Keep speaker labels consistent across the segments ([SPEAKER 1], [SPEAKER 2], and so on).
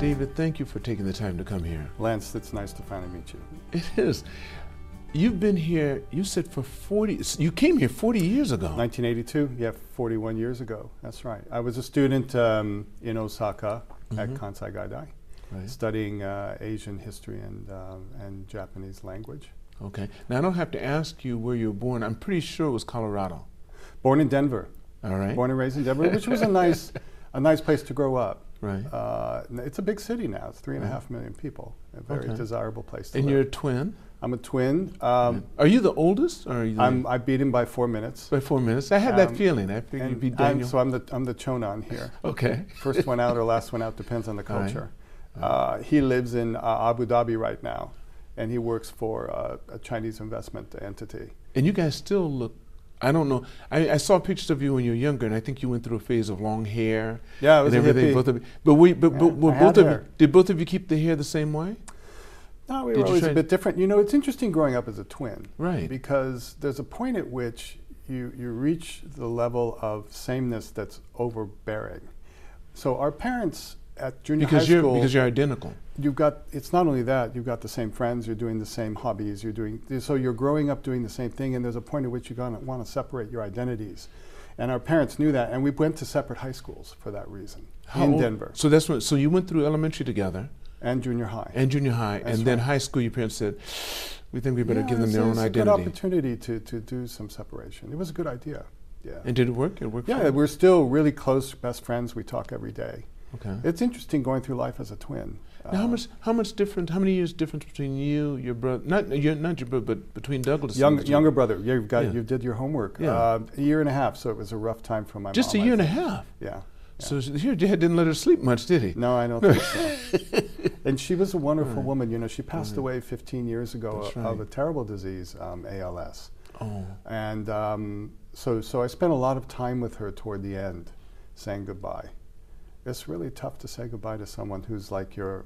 [SPEAKER 1] David, thank you for taking the time to come here.
[SPEAKER 2] Lance, it's nice to finally meet you.
[SPEAKER 1] It is. You've been here, you said for 40, you came here 40 years ago.
[SPEAKER 2] 1982, yeah, 41 years ago. That's right. I was a student um, in Osaka at
[SPEAKER 1] Mm-hmm.
[SPEAKER 2] Kansai Gaidai,
[SPEAKER 1] Right.
[SPEAKER 2] studying uh, Asian history and, um, and Japanese language.
[SPEAKER 1] Okay. Now, I don't have to ask you where you were born. I'm pretty sure it was Colorado.
[SPEAKER 2] Born in Denver,
[SPEAKER 1] All right?
[SPEAKER 2] born and raised in Denver, which was a nice, a nice place to grow up.
[SPEAKER 1] Right.
[SPEAKER 2] Uh, n- it's a big city now. It's three and a half million people. A very
[SPEAKER 1] Mm-hmm. Okay.
[SPEAKER 2] desirable place to
[SPEAKER 1] and you're a
[SPEAKER 2] live.
[SPEAKER 1] twin.
[SPEAKER 2] I'm a twin. Um,
[SPEAKER 1] Are you the oldest? Or are you the-
[SPEAKER 2] I'm, I beat him by four minutes.
[SPEAKER 1] by four minutes? I had that
[SPEAKER 2] Um,
[SPEAKER 1] feeling. I figured you'd
[SPEAKER 2] And
[SPEAKER 1] be
[SPEAKER 2] I'm,
[SPEAKER 1] Daniel.
[SPEAKER 2] so I'm the, I'm the chonan here.
[SPEAKER 1] okay.
[SPEAKER 2] First one out or last one out depends on the
[SPEAKER 1] All right.
[SPEAKER 2] culture. Uh, he lives in uh, Abu Dhabi right now, and he works for uh, a Chinese investment entity.
[SPEAKER 1] And you guys still look. I don't know. I, I saw pictures of you when you were younger, and I think you went through a phase of long hair.
[SPEAKER 2] Yeah, I was
[SPEAKER 1] and
[SPEAKER 2] a
[SPEAKER 1] everything.
[SPEAKER 2] hippie.
[SPEAKER 1] Both of you, but we, but, but
[SPEAKER 2] Yeah,
[SPEAKER 1] were
[SPEAKER 2] I had
[SPEAKER 1] both of you,
[SPEAKER 2] hair.
[SPEAKER 1] did both of you keep the hair the same way?
[SPEAKER 2] No, we
[SPEAKER 1] Did you
[SPEAKER 2] were always
[SPEAKER 1] try-
[SPEAKER 2] a bit different. You know, it's interesting growing up as a twin.
[SPEAKER 1] Right.
[SPEAKER 2] Because there's a point at which you, you reach the level of sameness that's overbearing. So our parents at junior
[SPEAKER 1] Because
[SPEAKER 2] high
[SPEAKER 1] you're
[SPEAKER 2] school,
[SPEAKER 1] because you're identical.
[SPEAKER 2] you've got, it's not only that, you've got the same friends, you're doing the same hobbies, you're doing, so you're growing up doing the same thing, and there's a point at which you're going to want to separate your identities. And our parents knew that, and we went to separate high schools for that reason
[SPEAKER 1] How
[SPEAKER 2] in
[SPEAKER 1] old-
[SPEAKER 2] Denver
[SPEAKER 1] So that's when. So you went through elementary together
[SPEAKER 2] and junior high.
[SPEAKER 1] and junior high,
[SPEAKER 2] That's
[SPEAKER 1] and then
[SPEAKER 2] right.
[SPEAKER 1] high school. Your parents said, "We think we better
[SPEAKER 2] Yeah,
[SPEAKER 1] give them
[SPEAKER 2] it's-
[SPEAKER 1] their own
[SPEAKER 2] it's a good
[SPEAKER 1] identity."
[SPEAKER 2] opportunity to, to do some separation. It was a good idea. Yeah.
[SPEAKER 1] And did it work? It worked. for
[SPEAKER 2] yeah,
[SPEAKER 1] you?
[SPEAKER 2] we're still really close, best friends. We talk every day.
[SPEAKER 1] Okay.
[SPEAKER 2] It's interesting going through life as a twin.
[SPEAKER 1] Now, how
[SPEAKER 2] Uh,
[SPEAKER 1] much? How much different? How many years difference between you, your brother? Not your, not your brother, but between Douglas. and
[SPEAKER 2] Young,
[SPEAKER 1] the two?
[SPEAKER 2] younger brother, yeah, you've got
[SPEAKER 1] Yeah.
[SPEAKER 2] you did your homework.
[SPEAKER 1] Yeah.
[SPEAKER 2] Uh, a year and a half, so it was a rough time for my
[SPEAKER 1] Just a
[SPEAKER 2] mom, I
[SPEAKER 1] year and a
[SPEAKER 2] think.
[SPEAKER 1] half.
[SPEAKER 2] Yeah.
[SPEAKER 1] So she- your dad didn't let her sleep much, did he?
[SPEAKER 2] No, I don't think so. And she was a wonderful woman. You know, she passed
[SPEAKER 1] Right.
[SPEAKER 2] away 15 years ago
[SPEAKER 1] That's
[SPEAKER 2] of
[SPEAKER 1] right.
[SPEAKER 2] a terrible disease, um, ALS.
[SPEAKER 1] Oh,
[SPEAKER 2] And um, so, so I spent a lot of time with her toward the end, saying goodbye. It's really tough to say goodbye to someone who's like your,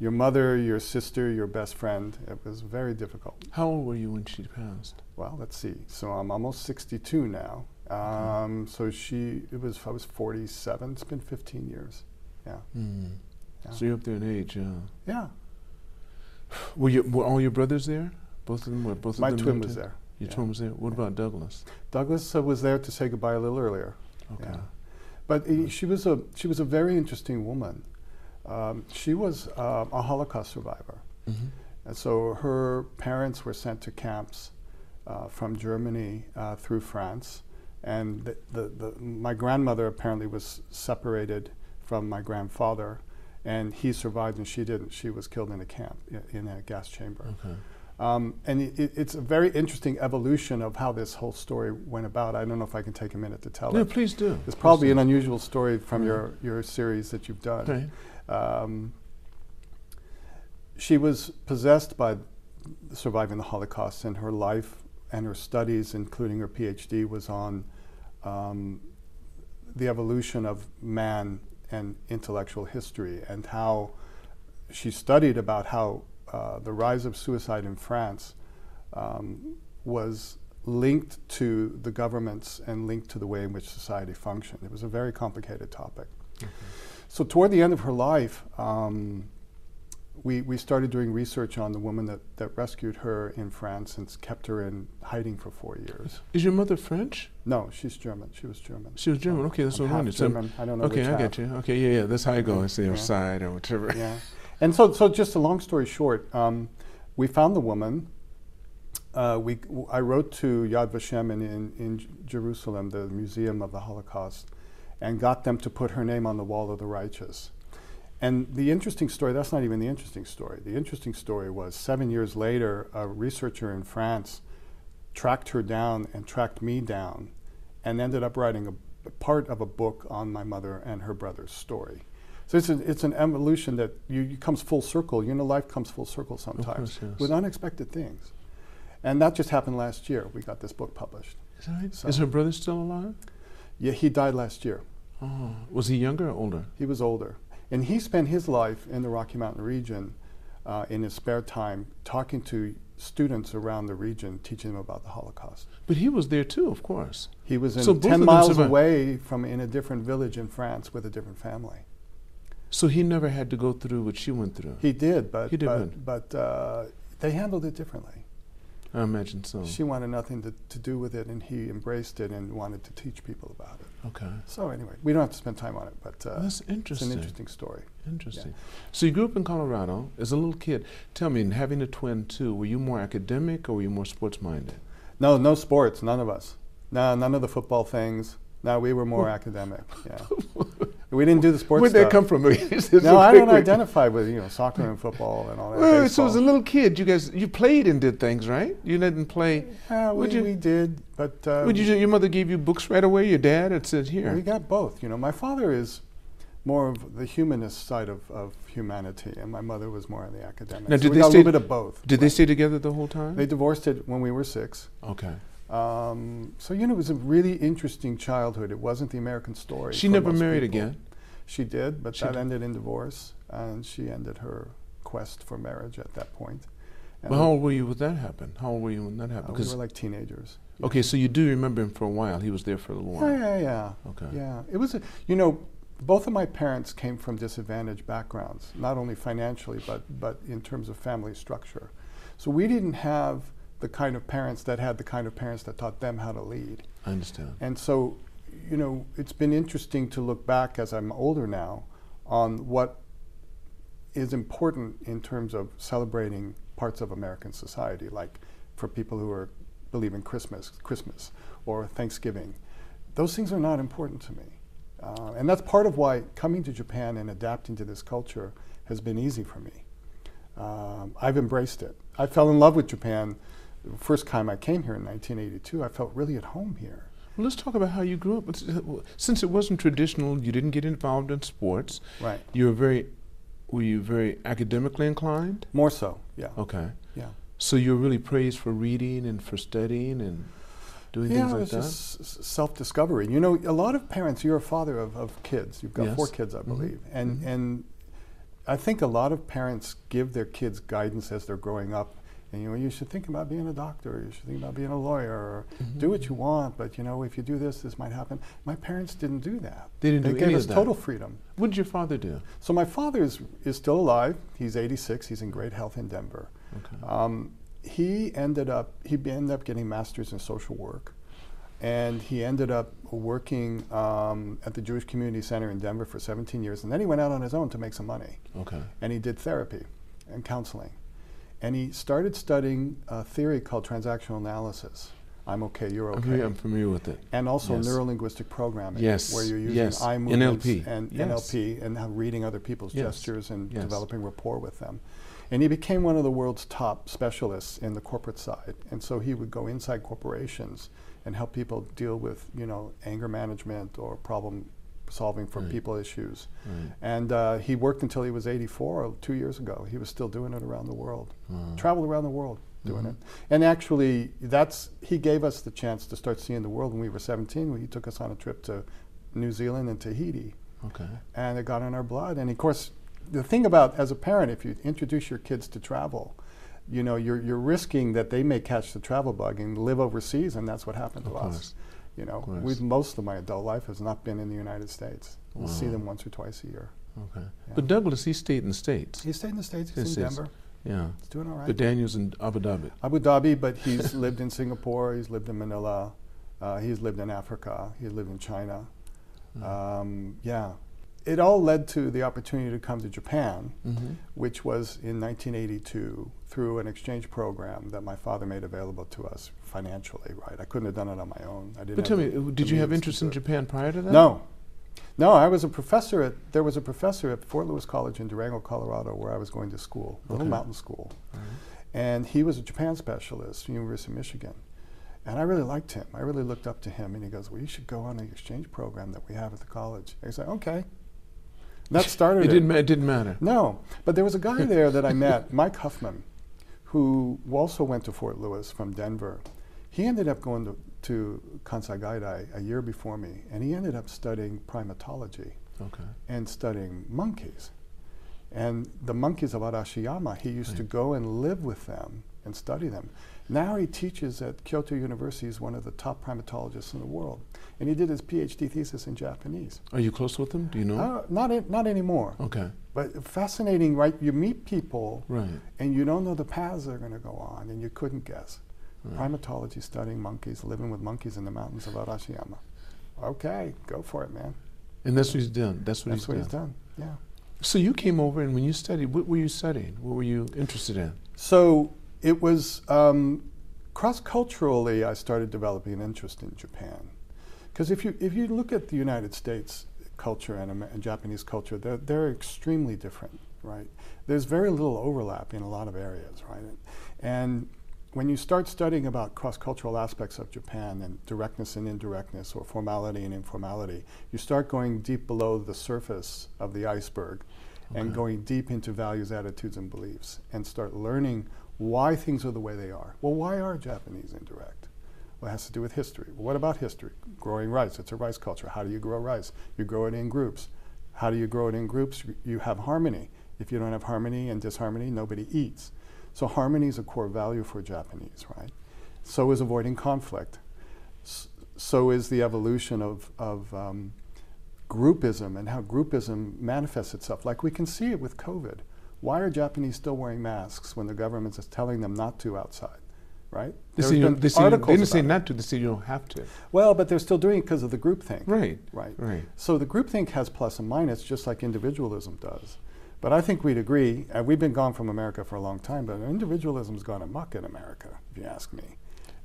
[SPEAKER 2] your mother, your sister, your best friend. It was very difficult.
[SPEAKER 1] how old were you when she passed?
[SPEAKER 2] Well, let's see. So I'm almost 62 now. Um, so she, it was I was 47. It's been 15 years. Yeah,
[SPEAKER 1] Mm.
[SPEAKER 2] Yeah.
[SPEAKER 1] So you're up there in age. Yeah.
[SPEAKER 2] Hmm. yeah.
[SPEAKER 1] Were you? Were all your brothers there? Both of them were. Both
[SPEAKER 2] My
[SPEAKER 1] of them.
[SPEAKER 2] twin
[SPEAKER 1] military?
[SPEAKER 2] was there.
[SPEAKER 1] Your
[SPEAKER 2] yeah.
[SPEAKER 1] twin was there. What about Douglas?
[SPEAKER 2] Douglas uh, was there to say goodbye a little earlier.
[SPEAKER 1] Okay.
[SPEAKER 2] Yeah. But uh, she was a she was a very interesting woman. Um, she was uh, a Holocaust survivor,
[SPEAKER 1] Mhm.
[SPEAKER 2] and so her parents were sent to camps uh, from Germany uh, through France, and the, the, the, my grandmother apparently was separated from my grandfather, and he survived and she didn't. She was killed in a camp i- in a gas chamber.
[SPEAKER 1] Okay.
[SPEAKER 2] Um, and it- it, it's a very interesting evolution of how this whole story went about. I don't know if I can take a minute to tell
[SPEAKER 1] No,
[SPEAKER 2] it.
[SPEAKER 1] please do. Mm-hmm.
[SPEAKER 2] It's probably an
[SPEAKER 1] Please
[SPEAKER 2] unusual story from your, your series that you've
[SPEAKER 1] do.
[SPEAKER 2] done.
[SPEAKER 1] Right.
[SPEAKER 2] Um, she was possessed by surviving the Holocaust, and her life and her studies, including her PhD, was on um, the evolution of man and intellectual history, and how she studied about how uh, the rise of suicide in France um, was linked to the governments and linked to the way in which society functioned. It was a very complicated topic. So toward the end of her life, um, we, we started doing research on the woman that, that rescued her in France and s- kept her in hiding for four years.
[SPEAKER 1] Is your mother French?
[SPEAKER 2] No, she's German. She was German.
[SPEAKER 1] She was German. Okay, that's
[SPEAKER 2] I'm
[SPEAKER 1] what I
[SPEAKER 2] half
[SPEAKER 1] wanted. So-
[SPEAKER 2] German. I don't know
[SPEAKER 1] Okay,
[SPEAKER 2] which
[SPEAKER 1] I
[SPEAKER 2] half. Mm-hmm.
[SPEAKER 1] get you. Okay, yeah, yeah. That's how I go. I say
[SPEAKER 2] Yeah.
[SPEAKER 1] or side or whatever.
[SPEAKER 2] Yeah. And so, so just a long story short, um, we found the woman. Uh, we, I wrote to Yad Vashem in, in, in J- Jerusalem, the Museum of the Holocaust, and got them to put her name on the Wall of the Righteous. And the interesting story, that's not even the interesting story. The interesting story was seven years later, a researcher in France tracked her down and tracked me down and ended up writing a, a part of a book on my mother and her brother's story. So it's, a, it's an evolution that you, you comes full circle. You know, life comes full circle sometimes
[SPEAKER 1] course, yes.
[SPEAKER 2] with unexpected things. And that just happened last year. We got this book published.
[SPEAKER 1] Is, that right?
[SPEAKER 2] So-
[SPEAKER 1] Is her brother still alive?
[SPEAKER 2] Yeah, he died last year.
[SPEAKER 1] Oh, was he younger or older?
[SPEAKER 2] He was older. And he spent his life in the Rocky Mountain region uh, in his spare time talking to students around the region, teaching them about the Holocaust.
[SPEAKER 1] But he was there too, of course.
[SPEAKER 2] He was in
[SPEAKER 1] So both of
[SPEAKER 2] 10
[SPEAKER 1] them
[SPEAKER 2] miles
[SPEAKER 1] survived.
[SPEAKER 2] away from in a different village in France with a different family.
[SPEAKER 1] So he never had to go through what she went through.
[SPEAKER 2] He did, but
[SPEAKER 1] He did
[SPEAKER 2] but, but uh, they handled it differently.
[SPEAKER 1] I imagine so.
[SPEAKER 2] She wanted nothing to, to do with it, and he embraced it and wanted to teach people about it.
[SPEAKER 1] okay.
[SPEAKER 2] So anyway, we don't have to spend time on it, but uh,
[SPEAKER 1] That's
[SPEAKER 2] it's
[SPEAKER 1] interesting.
[SPEAKER 2] an interesting story.
[SPEAKER 1] Interesting. So you grew up in Colorado as a little kid. Tell me, and having a twin too, were you more academic or were you more sports minded?
[SPEAKER 2] No, no sports, none of us. No, none of the football things. No, we were more academic. Yeah, we didn't do the sports.
[SPEAKER 1] Where'd
[SPEAKER 2] stuff.
[SPEAKER 1] that come from?
[SPEAKER 2] No, I don't identify with you know soccer and football and all that.
[SPEAKER 1] Well, so as a
[SPEAKER 2] baseball.
[SPEAKER 1] little kid, you guys you played and did things, right? You didn't play.
[SPEAKER 2] Yeah, we,
[SPEAKER 1] would you-
[SPEAKER 2] we did, but uh,
[SPEAKER 1] Would you? do- Your mother gave you books right away. Your dad it said here.
[SPEAKER 2] We got both. You know, my father is more of the humanist side of, of humanity, and my mother was more on the academic.
[SPEAKER 1] Now,
[SPEAKER 2] So
[SPEAKER 1] did
[SPEAKER 2] we
[SPEAKER 1] they
[SPEAKER 2] got a
[SPEAKER 1] stay-
[SPEAKER 2] little bit of both.
[SPEAKER 1] Did they stay together the whole time?
[SPEAKER 2] They divorced it when we were six.
[SPEAKER 1] okay.
[SPEAKER 2] Um, so you know, it was a really interesting childhood. It wasn't the American story.
[SPEAKER 1] She
[SPEAKER 2] for
[SPEAKER 1] never
[SPEAKER 2] most
[SPEAKER 1] married
[SPEAKER 2] people.
[SPEAKER 1] again.
[SPEAKER 2] She did, but
[SPEAKER 1] She
[SPEAKER 2] that
[SPEAKER 1] did.
[SPEAKER 2] ended in divorce, and she ended her quest for marriage at that point. And
[SPEAKER 1] Well, how old were you when that happened? How old were you when that
[SPEAKER 2] uh,
[SPEAKER 1] happened?
[SPEAKER 2] we
[SPEAKER 1] Because
[SPEAKER 2] were like teenagers.
[SPEAKER 1] okay, so you do remember him for a while. He was there for a little while.
[SPEAKER 2] Yeah, yeah, yeah.
[SPEAKER 1] Okay.
[SPEAKER 2] Yeah, it was. A, you know, both of my parents came from disadvantaged backgrounds, not only financially but but in terms of family structure. So we didn't have the kind of parents that had the kind of parents that taught them how to lead.
[SPEAKER 1] I understand.
[SPEAKER 2] And so, you know, it's been interesting to look back as I'm older now on what is important in terms of celebrating parts of American society, like for people who are believe in Christmas, Christmas or Thanksgiving. Those things are not important to me. Uh, and that's part of why coming to Japan and adapting to this culture has been easy for me. Um, I've embraced it. I fell in love with Japan the first time I came here in 1982. I felt really at home here.
[SPEAKER 1] Well, let's talk about how you grew up. Let's- uh, Since it wasn't traditional, you didn't get involved in sports.
[SPEAKER 2] Right.
[SPEAKER 1] You were very, were you very academically inclined?
[SPEAKER 2] More so, yeah.
[SPEAKER 1] Okay.
[SPEAKER 2] Yeah.
[SPEAKER 1] So you were really praised for reading and for studying and doing
[SPEAKER 2] Yeah,
[SPEAKER 1] things
[SPEAKER 2] it
[SPEAKER 1] like
[SPEAKER 2] was
[SPEAKER 1] that.
[SPEAKER 2] just s- s- self-discovery. You know, a lot of parents. You're a father of, of kids. You've got four
[SPEAKER 1] Yes.
[SPEAKER 2] kids, I
[SPEAKER 1] Mhm.
[SPEAKER 2] believe, and
[SPEAKER 1] Mhm.
[SPEAKER 2] and I think a lot of parents give their kids guidance as they're growing up. And you know, you should think about being a doctor. You should think about being a lawyer. Or Do
[SPEAKER 1] Mm-hmm.
[SPEAKER 2] what you want, but you know, if you do this, this might happen. My parents didn't do that.
[SPEAKER 1] They didn't
[SPEAKER 2] They
[SPEAKER 1] do
[SPEAKER 2] gave
[SPEAKER 1] any
[SPEAKER 2] us
[SPEAKER 1] of that.
[SPEAKER 2] total freedom.
[SPEAKER 1] What did your father do?
[SPEAKER 2] So my father is is still alive. He's 86. He's in great health in Denver.
[SPEAKER 1] Okay.
[SPEAKER 2] Um, he ended up he be- ended up getting master's in social work, and he ended up working um, at the Jewish Community Center in Denver for 17 years, and then he went out on his own to make some money,
[SPEAKER 1] Okay.
[SPEAKER 2] and he did therapy and counseling, and he started studying a theory called transactional analysis. I'm okay, you're
[SPEAKER 1] I'm,
[SPEAKER 2] okay,
[SPEAKER 1] familiar, I'm familiar with it.
[SPEAKER 2] and also
[SPEAKER 1] Yes.
[SPEAKER 2] neurolinguistic programming,
[SPEAKER 1] Yes,
[SPEAKER 2] where you're using
[SPEAKER 1] yes,
[SPEAKER 2] eye movements
[SPEAKER 1] NLP,
[SPEAKER 2] and
[SPEAKER 1] yes.
[SPEAKER 2] NLP and how reading other people's
[SPEAKER 1] Yes,
[SPEAKER 2] gestures and
[SPEAKER 1] yes.
[SPEAKER 2] developing rapport with them. And he became one of the world's top specialists in the corporate side, and so he would go inside corporations and help people deal with you know anger management or problem solving for
[SPEAKER 1] Right.
[SPEAKER 2] people issues.
[SPEAKER 1] Right.
[SPEAKER 2] And uh, he worked until he was 84, or two years ago. He was still doing it around the world
[SPEAKER 1] Wow.
[SPEAKER 2] traveled around the world doing
[SPEAKER 1] mm-hmm.
[SPEAKER 2] it. And actually, that's he gave us the chance to start seeing the world when we were 17. When he took us on a trip to New Zealand and Tahiti,
[SPEAKER 1] Okay.
[SPEAKER 2] and it got in our blood. And of course, the thing about as a parent, if you introduce your kids to travel, you know you're you're risking that they may catch the travel bug and live overseas, and that's what happened to
[SPEAKER 1] Of
[SPEAKER 2] us.
[SPEAKER 1] course.
[SPEAKER 2] You know,
[SPEAKER 1] course.
[SPEAKER 2] with most of my adult life has not been in the United States. We see
[SPEAKER 1] Wow.
[SPEAKER 2] them once or twice a year.
[SPEAKER 1] Okay.
[SPEAKER 2] Yeah.
[SPEAKER 1] But Douglas, he stayed in the States.
[SPEAKER 2] He stayed in the States. He's
[SPEAKER 1] This
[SPEAKER 2] in
[SPEAKER 1] is-
[SPEAKER 2] Denver.
[SPEAKER 1] Yeah.
[SPEAKER 2] He's doing all right.
[SPEAKER 1] But Daniel's in Abu Dhabi.
[SPEAKER 2] Abu Dhabi, but he's lived in Singapore, he's lived in Manila, uh, he's lived in Africa, he's lived in China.
[SPEAKER 1] Hmm.
[SPEAKER 2] Um, yeah. It all led to the opportunity to come to Japan,
[SPEAKER 1] Mm-hmm.
[SPEAKER 2] which was in 1982 through an exchange program that my father made available to us financially, right? I couldn't have done it on my own. I didn't
[SPEAKER 1] But tell
[SPEAKER 2] have
[SPEAKER 1] me,
[SPEAKER 2] the-
[SPEAKER 1] uh,
[SPEAKER 2] the
[SPEAKER 1] did you have
[SPEAKER 2] means to
[SPEAKER 1] interest
[SPEAKER 2] do
[SPEAKER 1] in
[SPEAKER 2] it.
[SPEAKER 1] Japan prior to that?
[SPEAKER 2] No. No, I was a professor at, there was a professor at Fort Lewis College in Durango, Colorado, where I was going to school, a little
[SPEAKER 1] Okay. Mm-hmm.
[SPEAKER 2] mountain school
[SPEAKER 1] All right.
[SPEAKER 2] and he was a Japan specialist, University of Michigan. And I really liked him. I really looked up to him. And he goes, "Well, you should go on the exchange program that we have at the college." I said, "Okay." And that started.
[SPEAKER 1] It didn't, ma- it didn't matter.
[SPEAKER 2] No, but there was a guy there that I met, Mike Huffman, who also went to Fort Lewis from Denver. He ended up going to, to Kansai Gaidai a year before me, and he ended up studying primatology
[SPEAKER 1] Okay.
[SPEAKER 2] and studying monkeys. And the monkeys of Arashiyama, he used to go and live with them and study them. Now he teaches at Kyoto University. He's one of the top primatologists in the world. And he did his PhD thesis in Japanese.
[SPEAKER 1] Are you close with them? Do you know?
[SPEAKER 2] Uh, not, in, not anymore.
[SPEAKER 1] okay.
[SPEAKER 2] But fascinating, right? You meet people
[SPEAKER 1] Right.
[SPEAKER 2] and you don't know the paths they're going to go on, and you couldn't guess.
[SPEAKER 1] right.
[SPEAKER 2] Primatology, studying monkeys, living with monkeys in the mountains of Arashiyama. Okay, go for it, man.
[SPEAKER 1] And that's what he's done. That's what,
[SPEAKER 2] That's
[SPEAKER 1] he's,
[SPEAKER 2] what
[SPEAKER 1] done.
[SPEAKER 2] he's done. Yeah.
[SPEAKER 1] So you came over, and when you studied, what were you studying? What were you interested in?
[SPEAKER 2] So it was um, cross culturally, I started developing an interest in Japan. Because if you, if you look at the United States culture and, Amer- and Japanese culture, they're, they're extremely different, right? There's very little overlap in a lot of areas, right? And when you start studying about cross cultural aspects of Japan and directness and indirectness, or formality and informality, you start going deep below the surface of the iceberg and
[SPEAKER 1] Okay.
[SPEAKER 2] going deep into values, attitudes, and beliefs and start learning why things are the way they are. Well, why are Japanese indirect? Well, it has to do with history. Well, what about history? Growing rice, it's a rice culture. How do you grow rice? You grow it in groups. How do you grow it in groups? You- You have harmony. If you don't have harmony and disharmony, nobody eats. So, harmony is a core value for Japanese, right? So is avoiding conflict. S- So is the evolution of, of um, groupism and how groupism manifests itself. Like we can see it with COVID. Why are Japanese still wearing masks when the government is telling them not to outside? Right?
[SPEAKER 1] They,
[SPEAKER 2] There's
[SPEAKER 1] say you don't-
[SPEAKER 2] been
[SPEAKER 1] they, say you- they
[SPEAKER 2] articles
[SPEAKER 1] didn't say
[SPEAKER 2] about it.
[SPEAKER 1] not to. They say you don't have to.
[SPEAKER 2] Well, but they're still doing it because of the groupthink.
[SPEAKER 1] Right.
[SPEAKER 2] Right.
[SPEAKER 1] Right.
[SPEAKER 2] So the groupthink has plus and minus, just like individualism does. But I think we'd agree, and we've been gone from America for a long time, but individualism's gone amok in America, if you ask me.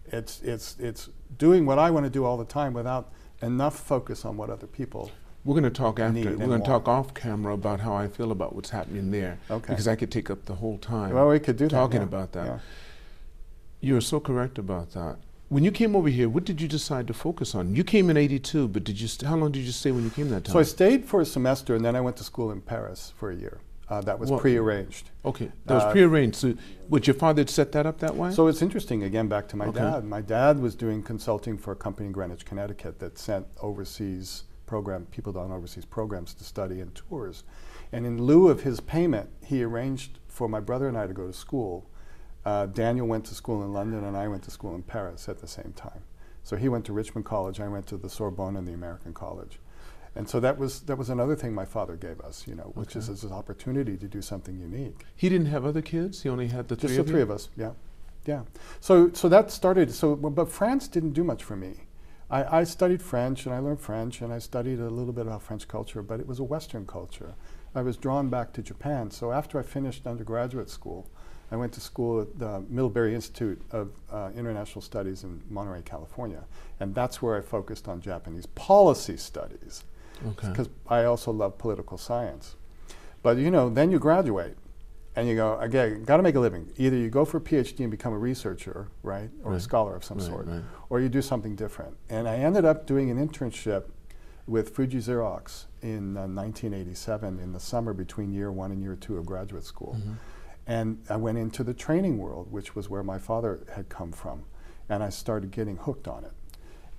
[SPEAKER 2] It's, it's, it's doing what I want to do all the time without enough focus on what other people.
[SPEAKER 1] We're going to talk
[SPEAKER 2] Need
[SPEAKER 1] after. We're
[SPEAKER 2] and
[SPEAKER 1] going to
[SPEAKER 2] want.
[SPEAKER 1] talk off camera about how I feel about what's happening there.
[SPEAKER 2] Okay.
[SPEAKER 1] Because I could take up the whole time.
[SPEAKER 2] well, we could do that.
[SPEAKER 1] talking
[SPEAKER 2] yeah,
[SPEAKER 1] about that.
[SPEAKER 2] yeah.
[SPEAKER 1] You're so correct about that. When you came over here, what did you decide to focus on? You came in '82, but did you? St- how long did you stay when you came that time?
[SPEAKER 2] So I stayed for a semester, and then I went to school in Paris for a year. Uh, that was
[SPEAKER 1] What-
[SPEAKER 2] prearranged.
[SPEAKER 1] okay, that was
[SPEAKER 2] uh,
[SPEAKER 1] prearranged. So, would your father had set that up that way?
[SPEAKER 2] So it's interesting, again, back to my
[SPEAKER 1] Okay.
[SPEAKER 2] dad. My dad was doing consulting for a company in Greenwich, Connecticut that sent overseas program people on overseas programs to study and tours. And in lieu of his payment, he arranged for my brother and I to go to school. Uh, Daniel went to school in London, and I went to school in Paris at the same time. So he went to Richmond College, I went to the Sorbonne and the American College. And so that was that was another thing my father gave us, you know, which is this opportunity to do something unique.
[SPEAKER 1] he didn't have other kids. He only had the three
[SPEAKER 2] Just the
[SPEAKER 1] of
[SPEAKER 2] three
[SPEAKER 1] you?
[SPEAKER 2] of us, yeah, yeah. So so that started. So w- but France didn't do much for me. I, I studied French and I learned French and I studied a little bit about French culture, but it was a Western culture. I was drawn back to Japan. So after I finished undergraduate school, I went to school at the Middlebury Institute of uh, International Studies in Monterey, California, and that's where I focused on Japanese policy studies
[SPEAKER 1] Okay.
[SPEAKER 2] because I also love political science. But you know, then you graduate and you go, again, got to make a living. Either you go for a PhD and become a researcher, right, or a
[SPEAKER 1] Right.
[SPEAKER 2] scholar of some
[SPEAKER 1] Right,
[SPEAKER 2] sort,
[SPEAKER 1] right.
[SPEAKER 2] or you do something different. And I ended up doing an internship with Fuji Xerox in uh, 1987 in the summer between year one and year two of graduate school.
[SPEAKER 1] Mm. Mm-hmm.
[SPEAKER 2] And I went into the training world, which was where my father had come from, and I started getting hooked on it.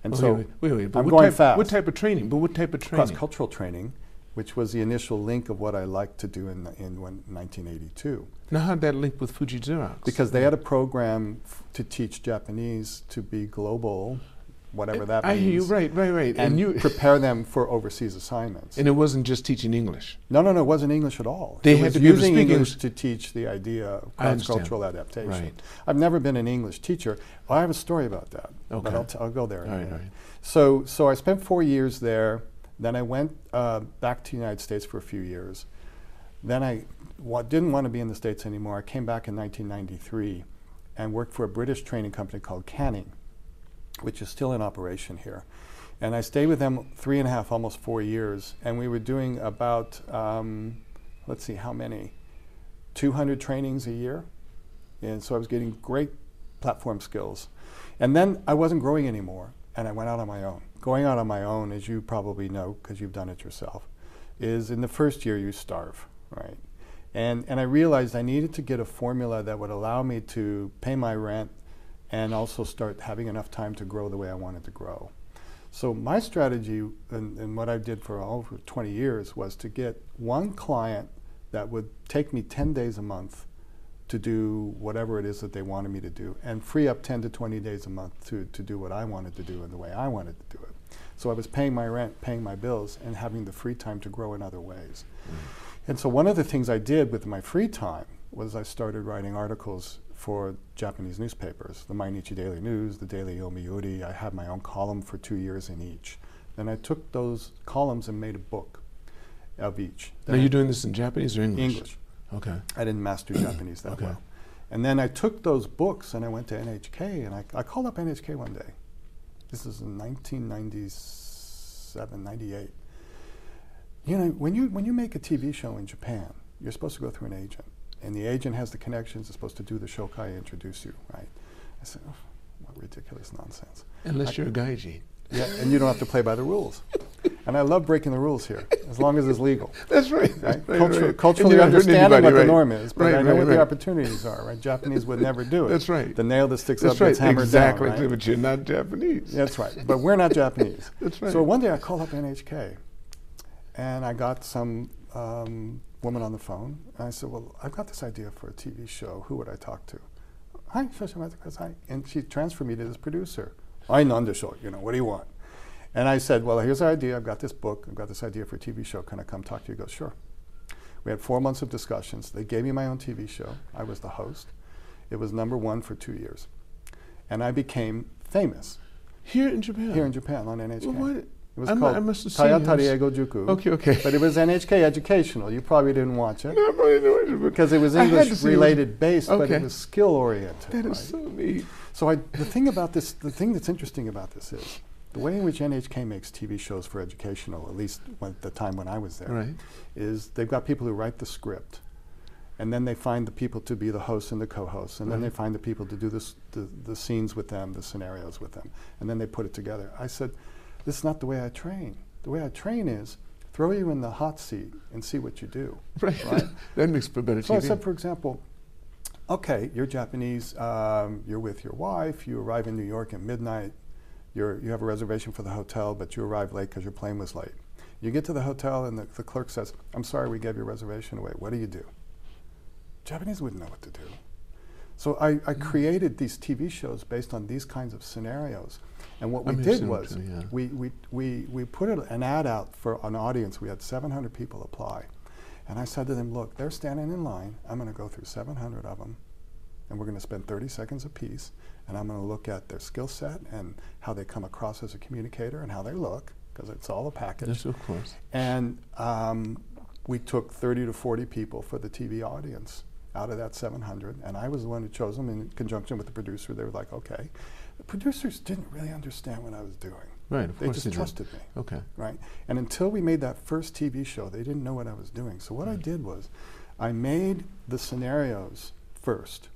[SPEAKER 2] And
[SPEAKER 1] Wait,
[SPEAKER 2] so
[SPEAKER 1] wait, wait, wait, but
[SPEAKER 2] I'm
[SPEAKER 1] what
[SPEAKER 2] going
[SPEAKER 1] type,
[SPEAKER 2] fast
[SPEAKER 1] What type of training? But what type of training?
[SPEAKER 2] cross-cultural training, which was the initial link of what I liked to do in, in when- 1982.
[SPEAKER 1] Now, how'd that link with Fuji Xerox?
[SPEAKER 2] Because they had a program f- to teach Japanese to be global, whatever that
[SPEAKER 1] I
[SPEAKER 2] means.
[SPEAKER 1] hear you. Right, right, right.
[SPEAKER 2] And,
[SPEAKER 1] And, you.
[SPEAKER 2] prepare them for overseas assignments.
[SPEAKER 1] and it wasn't just teaching English.
[SPEAKER 2] no, no, no, it wasn't English at all.
[SPEAKER 1] They
[SPEAKER 2] it
[SPEAKER 1] had
[SPEAKER 2] was
[SPEAKER 1] to be able to
[SPEAKER 2] using
[SPEAKER 1] speak
[SPEAKER 2] English
[SPEAKER 1] English.
[SPEAKER 2] to teach the idea of
[SPEAKER 1] I understand.
[SPEAKER 2] cross-cultural adaptation.
[SPEAKER 1] Right.
[SPEAKER 2] I've never been an English teacher. I have a story about that, but
[SPEAKER 1] Okay.
[SPEAKER 2] I'll, t- I'll go there. in a
[SPEAKER 1] All right,
[SPEAKER 2] minute.
[SPEAKER 1] all right.
[SPEAKER 2] So, so I spent four years there. Then I went uh, back to the United States for a few years. Then I wa- didn't want to be in the States anymore. I came back in 1993 and worked for a British training company called Canning, which is still in operation here. And I stayed with them three and a half, almost four years. And we were doing about, um, let's see, how many? 200 trainings a year. And so I was getting great platform skills. And then I wasn't growing anymore, and I went out on my own. Going out on my own, as you probably know, because you've done it yourself, is in the first year you starve, right? And, and I realized I needed to get a formula that would allow me to pay my rent and also start having enough time to grow the way I wanted to grow. So my strategy and, and what I did for over 20 years was to get one client that would take me 10 days a month to do whatever it is that they wanted me to do and free up 10 to 20 days a month to, to do what I wanted to do and the way I wanted to do it. So I was paying my rent, paying my bills, and having the free time to grow in other ways.
[SPEAKER 1] Mm.
[SPEAKER 2] And so one of the things I did with my free time was I started writing articles for Japanese newspapers, the Mainichi Daily News, the Daily Yomiuri. I had my own column for two years in each. Then I took those columns and made a book of each.
[SPEAKER 1] Now,
[SPEAKER 2] Then
[SPEAKER 1] you're
[SPEAKER 2] I-
[SPEAKER 1] doing this in Japanese or English?
[SPEAKER 2] English.
[SPEAKER 1] Okay.
[SPEAKER 2] I didn't master Japanese that
[SPEAKER 1] Okay.
[SPEAKER 2] well. And then I took those books and I went to NHK and I, I called up NHK one day. This is in 1997, 98. You know, when you, when you make a TV show in Japan, you're supposed to go through an agent. And the agent has the connections, is supposed to do the shokai, introduce you, right? I said, oh, what ridiculous nonsense.
[SPEAKER 1] Unless you're a gaiji.
[SPEAKER 2] Yeah, and you don't have to play by the rules. And I love breaking the rules here, as long as it's legal
[SPEAKER 1] That's right.
[SPEAKER 2] right?
[SPEAKER 1] Right,
[SPEAKER 2] Culture,
[SPEAKER 1] right. And
[SPEAKER 2] Culturally
[SPEAKER 1] you're not hurting
[SPEAKER 2] understanding
[SPEAKER 1] anybody,
[SPEAKER 2] what the
[SPEAKER 1] right.
[SPEAKER 2] norm is, but
[SPEAKER 1] Right,
[SPEAKER 2] I know
[SPEAKER 1] right,
[SPEAKER 2] what
[SPEAKER 1] right.
[SPEAKER 2] the opportunities are, right? Japanese would never do it.
[SPEAKER 1] That's right.
[SPEAKER 2] The nail that sticks
[SPEAKER 1] That's
[SPEAKER 2] up
[SPEAKER 1] right.
[SPEAKER 2] gets hammered
[SPEAKER 1] Exactly.
[SPEAKER 2] down. Right?
[SPEAKER 1] But you're not Japanese.
[SPEAKER 2] That's right. But we're not Japanese.
[SPEAKER 1] That's right.
[SPEAKER 2] So one day I called up NHK and I got some um, woman on the phone. And I said, Well, I've got this idea for a TV show. Who would I talk to? Hi, Shoshimatsu hi. And she transferred me to this producer. I know the show, you know, what do you want? And I said, Well, here's the idea. I've got this book. I've got this idea for a TV show. Can I come talk to you? He goes, Sure. We had four months of discussions. They gave me my own TV show. I was the host. It was number one for two years. And I became famous
[SPEAKER 1] Here in Japan.
[SPEAKER 2] here in Japan on NHK.
[SPEAKER 1] Well, what-
[SPEAKER 2] It was
[SPEAKER 1] I'm-
[SPEAKER 2] called
[SPEAKER 1] I must have seen
[SPEAKER 2] Taya
[SPEAKER 1] it.
[SPEAKER 2] Tariego Juku.
[SPEAKER 1] Okay, okay.
[SPEAKER 2] But it was NHK educational. You probably didn't watch it
[SPEAKER 1] No, I'm not even worried about-
[SPEAKER 2] because it was
[SPEAKER 1] I had to
[SPEAKER 2] English
[SPEAKER 1] see it.
[SPEAKER 2] related based, but
[SPEAKER 1] Okay.
[SPEAKER 2] it was skill oriented.
[SPEAKER 1] That is so neat.
[SPEAKER 2] So I, the thing about this, the thing that's interesting about this is the way in which NHK makes TV shows for educational, at least at the time when I was there,
[SPEAKER 1] Right.
[SPEAKER 2] is they've got people who write the script, and then they find the people to be the hosts and the co-hosts, and then they
[SPEAKER 1] Right.
[SPEAKER 2] find the people to do this, the, the scenes with them, the scenarios with them, and then they put it together. I said, this is not the way I train. The way I train is throw you in the hot seat and see what you do.
[SPEAKER 1] Right.
[SPEAKER 2] Right.
[SPEAKER 1] that makes for better
[SPEAKER 2] So I
[SPEAKER 1] TV.
[SPEAKER 2] said, for example, okay, you're Japanese, um, you're with your wife, you arrive in New York at midnight, you're, you have a reservation for the hotel, but you arrive late because your plane was late. You get to the hotel and the, the clerk says, I'm sorry, we gave your reservation away. What do you do? Japanese wouldn't know what to do. So I,
[SPEAKER 1] Mm.
[SPEAKER 2] I created these TV shows based on these kinds of scenarios. And what
[SPEAKER 1] I
[SPEAKER 2] we
[SPEAKER 1] mean, I've
[SPEAKER 2] did
[SPEAKER 1] seen them
[SPEAKER 2] was
[SPEAKER 1] too, yeah.
[SPEAKER 2] we, we, we, we put an an ad out for an audience. We had 700 people apply. And I said to them, look, they're standing in line. I'm going to go through 700 of them, and we're going to spend 30 seconds apiece, and I'm going to look at their skill set and how they come across as a communicator and how they look, because it's all a package.
[SPEAKER 1] yes, of course.
[SPEAKER 2] And um, we took 30 to 40 people for the TV audience out of that 700, and I was the one who chose them in conjunction with the producer. They were like, okay. The producers didn't really understand what I was doing.
[SPEAKER 1] Right, of
[SPEAKER 2] they
[SPEAKER 1] course
[SPEAKER 2] just
[SPEAKER 1] they didn't.
[SPEAKER 2] trusted me
[SPEAKER 1] Okay.
[SPEAKER 2] right? And until we made that first TV show, they didn't know what I was doing. So what I did was, I made the scenarios first,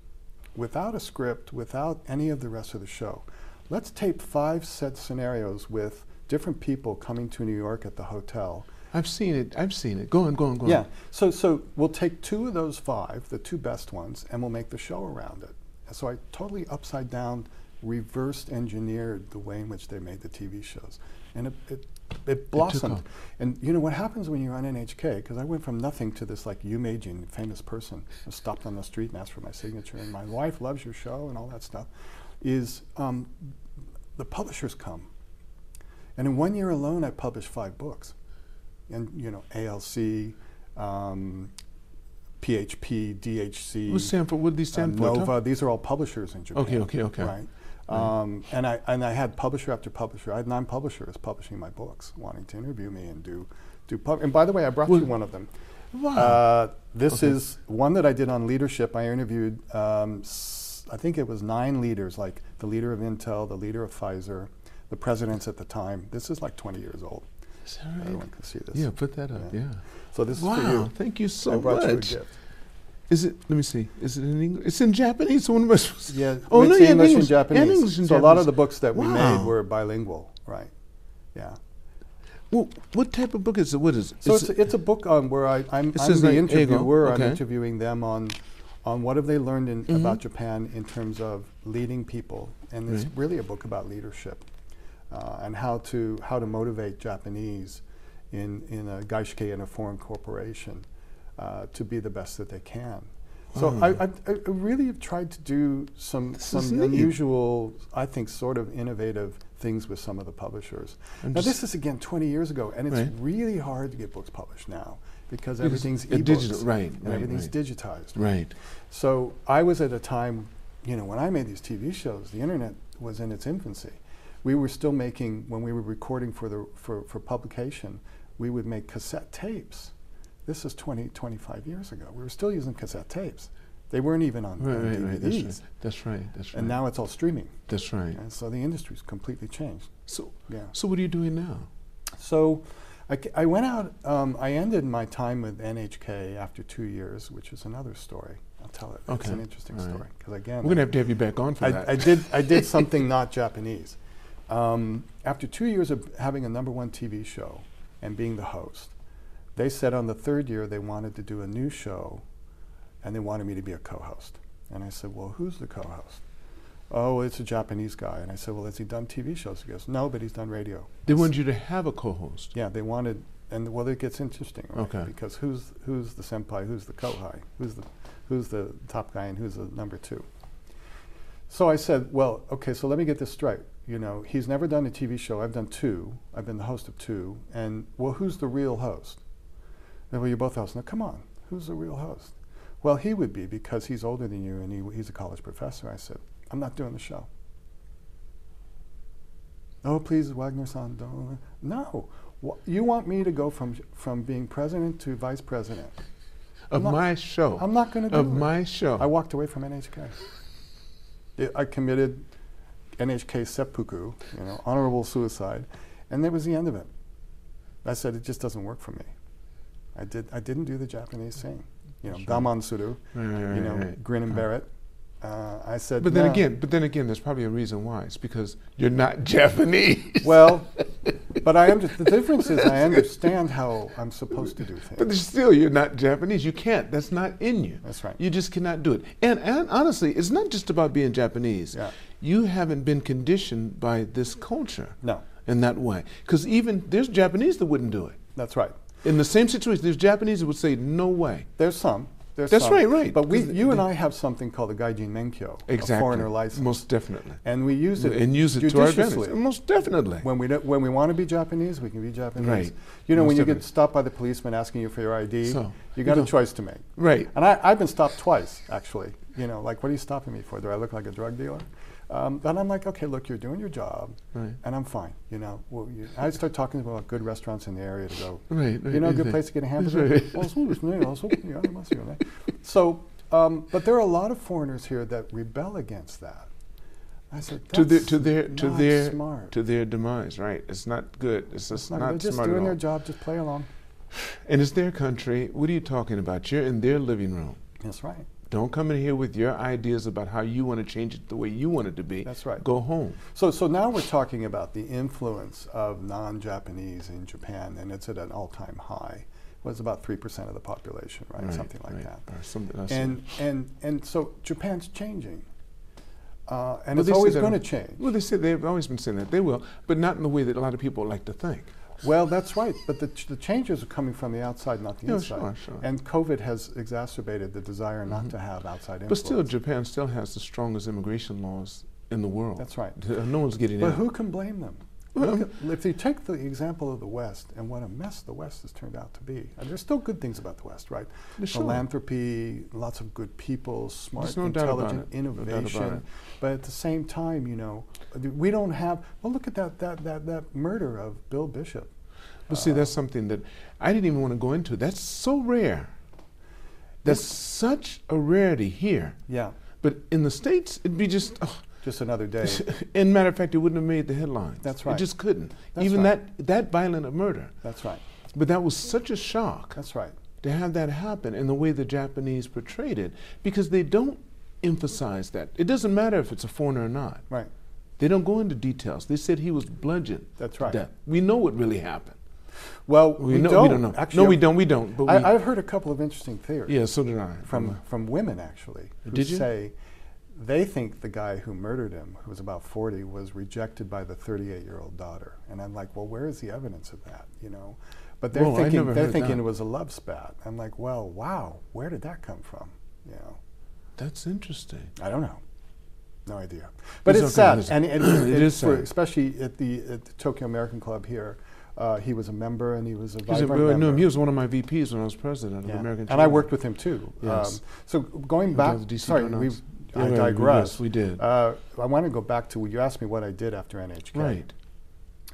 [SPEAKER 2] without a script, without any of the rest of the show. Let's tape five set scenarios with different people coming to New York at the hotel.
[SPEAKER 1] I've seen it. I've seen it. Go on, go on, go on.
[SPEAKER 2] Yeah. So so we'll take two of those five, the two best ones, and we'll make the show around it. And so I totally upside down, reversed engineered the way in which they made the TV shows, and it it, it blossomed.
[SPEAKER 1] off.
[SPEAKER 2] and you know what happens when you're on NHK? Because I went from nothing to this like you Meijin, famous person, who stopped on the street and asked for my signature, and my wife loves your show and all that stuff. Is um, the publishers come and in one year alone, I published five books. And, you know, ALC, um, PHP, DHC,
[SPEAKER 1] Who's Sanford? What did these
[SPEAKER 2] uh,
[SPEAKER 1] stand for?
[SPEAKER 2] Nova. These are all publishers in Japan.
[SPEAKER 1] Okay, okay, okay.
[SPEAKER 2] Right. Um, and, I, and I had publisher after publisher. I had nine publishers publishing my books, wanting to interview me and do. do pub- and by the way, I brought
[SPEAKER 1] Well-
[SPEAKER 2] you one of them.
[SPEAKER 1] Wow.
[SPEAKER 2] Uh, this
[SPEAKER 1] Okay.
[SPEAKER 2] is one that I did on leadership. I interviewed, um, s- I think it was nine leaders, like the leader of Intel, the leader of Pfizer, the presidents at the time. This is like 20 years old.
[SPEAKER 1] Is that right?
[SPEAKER 2] Everyone can see this.
[SPEAKER 1] Yeah, put that up. Yeah.
[SPEAKER 2] Yeah. So this
[SPEAKER 1] Wow.
[SPEAKER 2] is for you.
[SPEAKER 1] Thank you so
[SPEAKER 2] I brought you a
[SPEAKER 1] much.
[SPEAKER 2] gift.
[SPEAKER 1] Is it? Let me see. Is it in English? It's in Japanese. So one of us.
[SPEAKER 2] Yeah,
[SPEAKER 1] Oh,
[SPEAKER 2] mixed
[SPEAKER 1] no, yeah, in
[SPEAKER 2] English and
[SPEAKER 1] English- yeah, in
[SPEAKER 2] Japanese.
[SPEAKER 1] English and
[SPEAKER 2] so a lot
[SPEAKER 1] Japanese.
[SPEAKER 2] of the books that we
[SPEAKER 1] Wow.
[SPEAKER 2] made were bilingual, right? Yeah.
[SPEAKER 1] Well, what type of book is it? What is it?
[SPEAKER 2] So
[SPEAKER 1] Is
[SPEAKER 2] it's,
[SPEAKER 1] it-
[SPEAKER 2] it's a book on where I, I'm,
[SPEAKER 1] It
[SPEAKER 2] I'm
[SPEAKER 1] says
[SPEAKER 2] the
[SPEAKER 1] like
[SPEAKER 2] interviewer.
[SPEAKER 1] Ego, okay. Mm-hmm.
[SPEAKER 2] I'm interviewing them on on what have they learned in, about Japan in terms of leading people, and it's
[SPEAKER 1] Right.
[SPEAKER 2] really a book about leadership uh, and how to how to motivate Japanese in in a gaishke in a foreign corporation uh, to be the best that they can. So
[SPEAKER 1] Oh.
[SPEAKER 2] I, I, I really have tried to do some
[SPEAKER 1] This is
[SPEAKER 2] some
[SPEAKER 1] neat.
[SPEAKER 2] unusual, I think, sort of innovative things with some of the publishers.
[SPEAKER 1] I'm
[SPEAKER 2] now
[SPEAKER 1] just-
[SPEAKER 2] this is again 20 years ago, and it's
[SPEAKER 1] Right.
[SPEAKER 2] really hard to get books published now because
[SPEAKER 1] Because
[SPEAKER 2] everything's
[SPEAKER 1] a
[SPEAKER 2] e
[SPEAKER 1] digital- right,
[SPEAKER 2] and
[SPEAKER 1] right,
[SPEAKER 2] everything's
[SPEAKER 1] right.
[SPEAKER 2] digitized.
[SPEAKER 1] right.
[SPEAKER 2] So I was at a time, you know, when I made these TV shows, the internet was in its infancy. We were still making when we were recording for the for, for publication, we would make cassette tapes. This is 20, 25 years ago. We were still using cassette tapes. They weren't even on,
[SPEAKER 1] Right,
[SPEAKER 2] on
[SPEAKER 1] right, right. That's
[SPEAKER 2] DVDs.
[SPEAKER 1] right. That's right. That's right.
[SPEAKER 2] And now it's all streaming.
[SPEAKER 1] That's right.
[SPEAKER 2] And so the industry's completely changed.
[SPEAKER 1] So,
[SPEAKER 2] Yeah.
[SPEAKER 1] so what are you doing now?
[SPEAKER 2] So I, c- I went out, um, I ended my time with NHK after two years, which is another story. I'll tell it. It's
[SPEAKER 1] Okay.
[SPEAKER 2] an interesting
[SPEAKER 1] All right.
[SPEAKER 2] story. Because again,
[SPEAKER 1] We're going to have to have you back on for that.
[SPEAKER 2] I, I did. I did something not Japanese. Um, after two years of having a number one TV show and being the host, they said on the third year they wanted to do a new show, and they wanted me to be a co-host. And I said, "Well, who's the co-host?" Oh, it's a Japanese guy. And I said, "Well, has he done TV shows?" He goes, "No, but he's done radio."
[SPEAKER 1] they wanted you to have a co-host.
[SPEAKER 2] Yeah, they wanted, and well, it gets interesting, right?
[SPEAKER 1] Okay.
[SPEAKER 2] Because who's who's the senpai, who's the kohai, who's the who's the top guy, and who's the number two? So I said, well, okay, so let me get this straight. You know, he's never done a TV show. I've done two. I've been the host of two. And well, who's the real host? And, well, you're both hosts. Now, come on, who's the real host? Well, he would be because he's older than you and he, he's a college professor. I said, I'm not doing the show. Oh, please, Wagner-san, don't. No, Wha- you want me to go from from being president to vice president?
[SPEAKER 1] Of
[SPEAKER 2] I'm not-
[SPEAKER 1] my show.
[SPEAKER 2] I'm not going to do
[SPEAKER 1] of
[SPEAKER 2] it.
[SPEAKER 1] my show.
[SPEAKER 2] I walked away from NHK. I- I committed NHK seppuku, you know, honorable suicide, and that was the end of it. I said it just doesn't work for me. I did. I didn't do the Japanese thing, you know,
[SPEAKER 1] Sure.
[SPEAKER 2] daman suru,
[SPEAKER 1] Right, right,
[SPEAKER 2] you
[SPEAKER 1] right,
[SPEAKER 2] know,
[SPEAKER 1] right.
[SPEAKER 2] grin and
[SPEAKER 1] Uh,
[SPEAKER 2] bear it. Uh, I said,
[SPEAKER 1] But then
[SPEAKER 2] "No."
[SPEAKER 1] again, but then again, there's probably a reason why. It's because you're not Japanese.
[SPEAKER 2] well, but I under- the difference is I understand how I'm supposed to do
[SPEAKER 1] But
[SPEAKER 2] things.
[SPEAKER 1] still, you're not Japanese. You can't. That's not in you.
[SPEAKER 2] That's right.
[SPEAKER 1] You just cannot do it. And, and honestly, it's not just about being Japanese.
[SPEAKER 2] Yeah.
[SPEAKER 1] You haven't been conditioned by this culture
[SPEAKER 2] No,
[SPEAKER 1] in that way. Because even there's Japanese that wouldn't do it.
[SPEAKER 2] that's right.
[SPEAKER 1] In the same situation, there's Japanese that would say, no way.
[SPEAKER 2] There's some. There's
[SPEAKER 1] That's
[SPEAKER 2] some.
[SPEAKER 1] right, right,
[SPEAKER 2] But we,
[SPEAKER 1] 'cause
[SPEAKER 2] you and
[SPEAKER 1] the-
[SPEAKER 2] I have something called the Gaijin Menkyo,
[SPEAKER 1] Exactly.
[SPEAKER 2] a foreigner license,
[SPEAKER 1] Most definitely.
[SPEAKER 2] and we use it
[SPEAKER 1] And use it to our advantage.
[SPEAKER 2] judiciously.
[SPEAKER 1] Most definitely.
[SPEAKER 2] When we do, when we want to be Japanese, we can be Japanese.
[SPEAKER 1] Right.
[SPEAKER 2] You know,
[SPEAKER 1] Most
[SPEAKER 2] when you
[SPEAKER 1] definitely.
[SPEAKER 2] get stopped by the policeman asking you for your ID,
[SPEAKER 1] So,
[SPEAKER 2] you got
[SPEAKER 1] you know.
[SPEAKER 2] a choice to make.
[SPEAKER 1] right.
[SPEAKER 2] And I, I've been stopped twice, actually. You know, like, what are you stopping me for? Do I look like a drug dealer? Um, but I'm like, okay, look, you're doing your job,
[SPEAKER 1] Right.
[SPEAKER 2] and I'm fine. You know, well, you, I start talking about good restaurants in the area to go.
[SPEAKER 1] Right, right,
[SPEAKER 2] You know, a
[SPEAKER 1] right.
[SPEAKER 2] good place to get a
[SPEAKER 1] That's
[SPEAKER 2] hamburger.
[SPEAKER 1] right.
[SPEAKER 2] "Oh,そうですね。あそうですねありますよね so, um, but there are a lot of foreigners here that rebel against that. I said,
[SPEAKER 1] To their,
[SPEAKER 2] "That's
[SPEAKER 1] to their, to
[SPEAKER 2] not
[SPEAKER 1] their,
[SPEAKER 2] smart.
[SPEAKER 1] to their demise. Right. It's not good. It's just
[SPEAKER 2] It's not,
[SPEAKER 1] not,
[SPEAKER 2] they're just
[SPEAKER 1] smart
[SPEAKER 2] doing
[SPEAKER 1] at all.
[SPEAKER 2] their job. Just play along.
[SPEAKER 1] And it's their country. What are you talking about? You're in their living room.
[SPEAKER 2] That's right.
[SPEAKER 1] Don't come in here with your ideas about how you want to change it the way you want it to be.
[SPEAKER 2] That's right.
[SPEAKER 1] Go home.
[SPEAKER 2] So, so now we're talking about the influence of non-Japanese in Japan, and it's at an all-time high. It was about three percent of the population, right? Something like
[SPEAKER 1] right.
[SPEAKER 2] that.
[SPEAKER 1] Or something else.
[SPEAKER 2] And and and so Japan's changing, uh, and
[SPEAKER 1] Well,
[SPEAKER 2] it's
[SPEAKER 1] they say
[SPEAKER 2] always
[SPEAKER 1] that-
[SPEAKER 2] going to change.
[SPEAKER 1] well, they said they've always been saying that they will, but not in the way that a lot of people like to think.
[SPEAKER 2] Well, that's right. But the, ch- the changes are coming from the outside, not the
[SPEAKER 1] Yeah,
[SPEAKER 2] inside.
[SPEAKER 1] sure, sure. Mm-hmm.
[SPEAKER 2] And COVID has exacerbated the desire not to have outside
[SPEAKER 1] But
[SPEAKER 2] influence.
[SPEAKER 1] still, Japan still has the strongest immigration laws in the world.
[SPEAKER 2] That's right.
[SPEAKER 1] No one's getting
[SPEAKER 2] But
[SPEAKER 1] out.
[SPEAKER 2] who can blame them?
[SPEAKER 1] Well,
[SPEAKER 2] Look at- if you take the example of the West and what a mess the West has turned out to be, and there's still good things about the West, right?
[SPEAKER 1] Sure.
[SPEAKER 2] Philanthropy, lots of good people, smart,
[SPEAKER 1] There's no doubt about
[SPEAKER 2] intelligent
[SPEAKER 1] it. No doubt about
[SPEAKER 2] innovation.
[SPEAKER 1] it.
[SPEAKER 2] But at the same time, you know, we don't have. Well, look at that that that that murder of Bill Bishop.
[SPEAKER 1] But see, that's something that I didn't even want to go into. That's so rare. That's such a rarity here.
[SPEAKER 2] Yeah,
[SPEAKER 1] But in the States, it'd be just. oh,
[SPEAKER 2] just another day.
[SPEAKER 1] in matter of fact, it wouldn't have made the headlines.
[SPEAKER 2] That's
[SPEAKER 1] It
[SPEAKER 2] right.
[SPEAKER 1] just couldn't.
[SPEAKER 2] That's
[SPEAKER 1] Even
[SPEAKER 2] right.
[SPEAKER 1] that that violent a murder.
[SPEAKER 2] That's right.
[SPEAKER 1] But that was such a shock
[SPEAKER 2] That's right.
[SPEAKER 1] to have that happen in the way the Japanese portrayed it, because they don't emphasize that. It doesn't matter if it's a foreigner or not.
[SPEAKER 2] Right.
[SPEAKER 1] They don't go into details. They said he was bludgeoned.
[SPEAKER 2] That's
[SPEAKER 1] to
[SPEAKER 2] right.
[SPEAKER 1] death. We know what really happened.
[SPEAKER 2] Well,
[SPEAKER 1] We,
[SPEAKER 2] we,
[SPEAKER 1] know,
[SPEAKER 2] don't.
[SPEAKER 1] we don't know.
[SPEAKER 2] Actually,
[SPEAKER 1] no, we don't. We don't. But we,
[SPEAKER 2] I, I've heard a couple of interesting theories
[SPEAKER 1] yeah, so did I.
[SPEAKER 2] from from women actually who
[SPEAKER 1] Did you?
[SPEAKER 2] say they think the guy who murdered him, who was about forty, was rejected by the thirty-eight-year-old daughter. And I'm like, well, where is the evidence of that? You know, but they're
[SPEAKER 1] Whoa, I
[SPEAKER 2] thinking
[SPEAKER 1] never
[SPEAKER 2] they're
[SPEAKER 1] heard
[SPEAKER 2] thinking
[SPEAKER 1] that.
[SPEAKER 2] it was a love spat. I'm like, well, wow, where did that come from? You know,
[SPEAKER 1] That's interesting.
[SPEAKER 2] I don't know. No idea. But
[SPEAKER 1] It's
[SPEAKER 2] it's,
[SPEAKER 1] okay,
[SPEAKER 2] sad.
[SPEAKER 1] it's-
[SPEAKER 2] And, and
[SPEAKER 1] it
[SPEAKER 2] and
[SPEAKER 1] is
[SPEAKER 2] for-
[SPEAKER 1] sad.
[SPEAKER 2] Especially at the, at the Tokyo American Club here. Uh, he was a member and he was a
[SPEAKER 1] He's a,
[SPEAKER 2] vibrant
[SPEAKER 1] well, I knew
[SPEAKER 2] member.
[SPEAKER 1] him. He was one of my VPs when I was president of
[SPEAKER 2] Yeah.
[SPEAKER 1] American
[SPEAKER 2] and I worked with him too. Um,
[SPEAKER 1] Yes.
[SPEAKER 2] so going
[SPEAKER 1] With
[SPEAKER 2] back,
[SPEAKER 1] the DC
[SPEAKER 2] sorry, we,
[SPEAKER 1] Donuts.
[SPEAKER 2] I digress.
[SPEAKER 1] Yes, we did.
[SPEAKER 2] Uh, I want to go back to you asked me what I did after NHK,
[SPEAKER 1] right.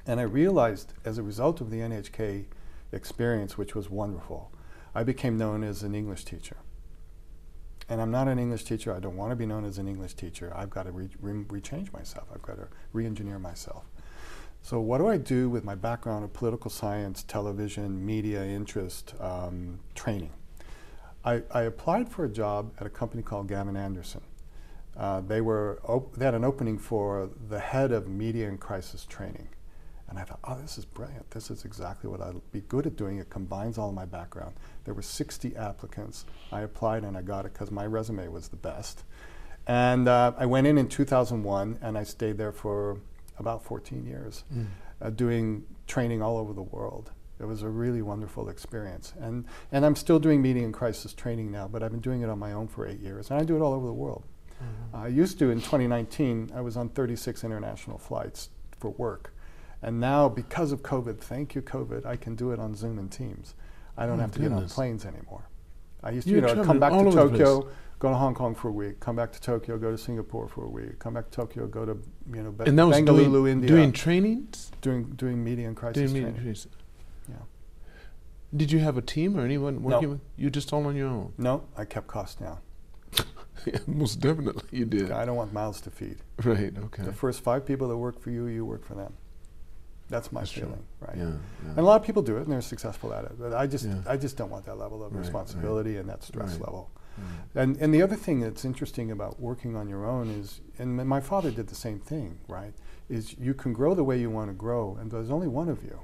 [SPEAKER 2] And I realized as a result of the NHK experience, which was wonderful, I became known as an English teacher. And I'm not an English teacher. I don't want to be known as an English teacher. I've got to re- re- rechange myself. I've got to re-engineer myself. So what do I do with my background of political science, television, media interest, um, training? I, I applied for a job at a company called Gavin Anderson. Uh, they were op- they had an opening for the head of media and crisis training, and I thought, oh, this is brilliant. This is exactly what I'll be good at doing. It combines all my background. There were 60 applicants. I applied and I got it because my resume was the best. And uh, I went in in 2001, and I stayed there for about 14 years uh, doing training all over the world. It was a really wonderful experience. And, and I'm still doing meeting and crisis training now, but I've been doing it on my own for eight years, and I do it all over the world. I used to in 2019, I was on 36 international flights for work. And now, because of COVID, thank you, COVID, I can do it on Zoom and Teams. I don't
[SPEAKER 1] Oh,
[SPEAKER 2] have to get on
[SPEAKER 1] goodness.
[SPEAKER 2] planes anymore. I used to
[SPEAKER 1] You're
[SPEAKER 2] you know,
[SPEAKER 1] traveling
[SPEAKER 2] come back
[SPEAKER 1] all
[SPEAKER 2] to
[SPEAKER 1] over the
[SPEAKER 2] Tokyo, go to Hong Kong for a week, come back to Tokyo, go to Singapore for a week, come back to Tokyo, go to you know, Be-
[SPEAKER 1] And that was
[SPEAKER 2] Bengaluru,
[SPEAKER 1] doing,
[SPEAKER 2] India
[SPEAKER 1] doing trainings?
[SPEAKER 2] doing doing media and crisis
[SPEAKER 1] Doing media
[SPEAKER 2] training.
[SPEAKER 1] trainings.
[SPEAKER 2] Yeah.
[SPEAKER 1] Did you have a team or anyone working
[SPEAKER 2] No.
[SPEAKER 1] with you? Just all on your own?
[SPEAKER 2] No, I kept costs down.
[SPEAKER 1] Yeah, most definitely you did.
[SPEAKER 2] I don't want mouths to feed.
[SPEAKER 1] Right, okay.
[SPEAKER 2] The first five people that work for you, you work for them. That's my
[SPEAKER 1] That's true.
[SPEAKER 2] feeling, right?
[SPEAKER 1] Yeah,
[SPEAKER 2] And a
[SPEAKER 1] yeah.
[SPEAKER 2] lot of people do it, and they're successful at it. But I just,
[SPEAKER 1] Yeah.
[SPEAKER 2] I just don't want that level of
[SPEAKER 1] Right, right.
[SPEAKER 2] responsibility and that stress
[SPEAKER 1] Right.
[SPEAKER 2] level.
[SPEAKER 1] Mm.
[SPEAKER 2] And, and the other thing that's interesting about working on your own is, and m- my father did the same thing, right? Is you can grow the way you want to grow, and there's only one of you.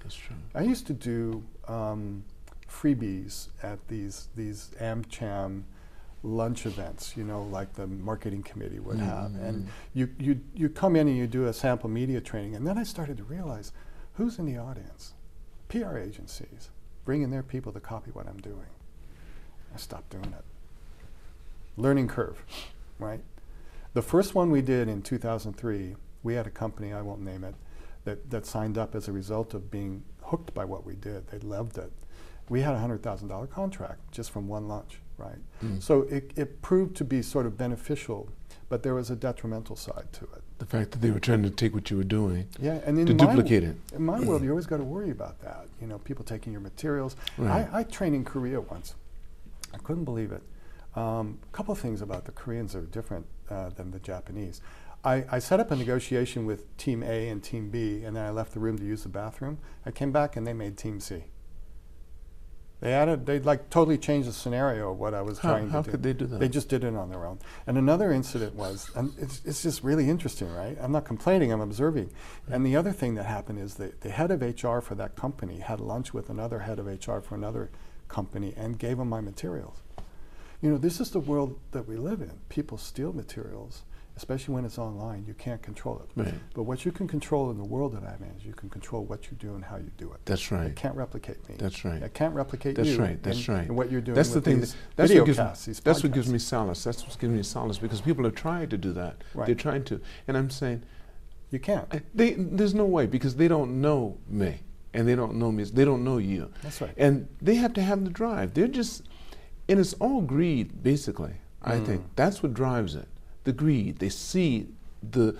[SPEAKER 1] That's true.
[SPEAKER 2] I used to do um, freebies at these these AmCham lunch events, you know, like the marketing committee
[SPEAKER 1] Mm,
[SPEAKER 2] would have,
[SPEAKER 1] Mm-hmm.
[SPEAKER 2] and you you you come in and you do a sample media training, and then I started to realize who's in the audience. PR agencies bringing their people to copy what I'm doing. I stopped doing it. Learning curve, right? The first one we did in 2003, we had a company, I won't name it, that, that signed up as a result of being hooked by what we did. They loved it. We had a $100,000 contract just from one lunch, right?
[SPEAKER 1] Mm.
[SPEAKER 2] So it, it proved to be sort of beneficial, but there was a detrimental side to it.
[SPEAKER 1] The fact that they were trying to take what you were doing
[SPEAKER 2] Yeah, and in
[SPEAKER 1] to
[SPEAKER 2] my,
[SPEAKER 1] duplicate it.
[SPEAKER 2] in my world, you always got to worry about that. You know, people taking your materials.
[SPEAKER 1] Right.
[SPEAKER 2] I, I trained in Korea once. I couldn't believe it. A um, couple of things about the Koreans that are different uh, than the Japanese. I, I set up a negotiation with Team A and Team B, and then I left the room to use the bathroom. I came back and they made Team C. They added, they like totally changed the scenario of what I was
[SPEAKER 1] How,
[SPEAKER 2] trying
[SPEAKER 1] how
[SPEAKER 2] to do.
[SPEAKER 1] could they do that?
[SPEAKER 2] They just did it on their own. And another incident was, and it's, it's just really interesting, right? I'm not complaining, I'm observing. And the other thing that happened is the, the head of HR for that company had lunch with another head of HR for another company and gave them my materials. You know, this is the world that we live in. People steal materials, especially when it's online. You can't control it.
[SPEAKER 1] right.
[SPEAKER 2] But what you can control in the world that I'm in is you can control what you do and how you do it.
[SPEAKER 1] That's
[SPEAKER 2] I
[SPEAKER 1] right.
[SPEAKER 2] can't replicate me.
[SPEAKER 1] That's right.
[SPEAKER 2] I can't replicate
[SPEAKER 1] That's
[SPEAKER 2] you.
[SPEAKER 1] right, that's
[SPEAKER 2] and,
[SPEAKER 1] right.
[SPEAKER 2] And what you're doing.
[SPEAKER 1] That's the
[SPEAKER 2] with
[SPEAKER 1] thing.
[SPEAKER 2] these
[SPEAKER 1] That, that's
[SPEAKER 2] video
[SPEAKER 1] what gives
[SPEAKER 2] casts,
[SPEAKER 1] me,
[SPEAKER 2] these
[SPEAKER 1] that's what gives
[SPEAKER 2] podcasts.
[SPEAKER 1] me solace. That's what gives me solace because people are trying to do that.
[SPEAKER 2] Right.
[SPEAKER 1] They're trying to, and I'm saying,
[SPEAKER 2] You can't.
[SPEAKER 1] I- they, there's no way because they don't know me and they don't know me. They don't know you,
[SPEAKER 2] That's right.
[SPEAKER 1] and they have to have the drive. They're just, and it's all greed basically. I
[SPEAKER 2] Mm.
[SPEAKER 1] think that's what drives it. The greed. They see the,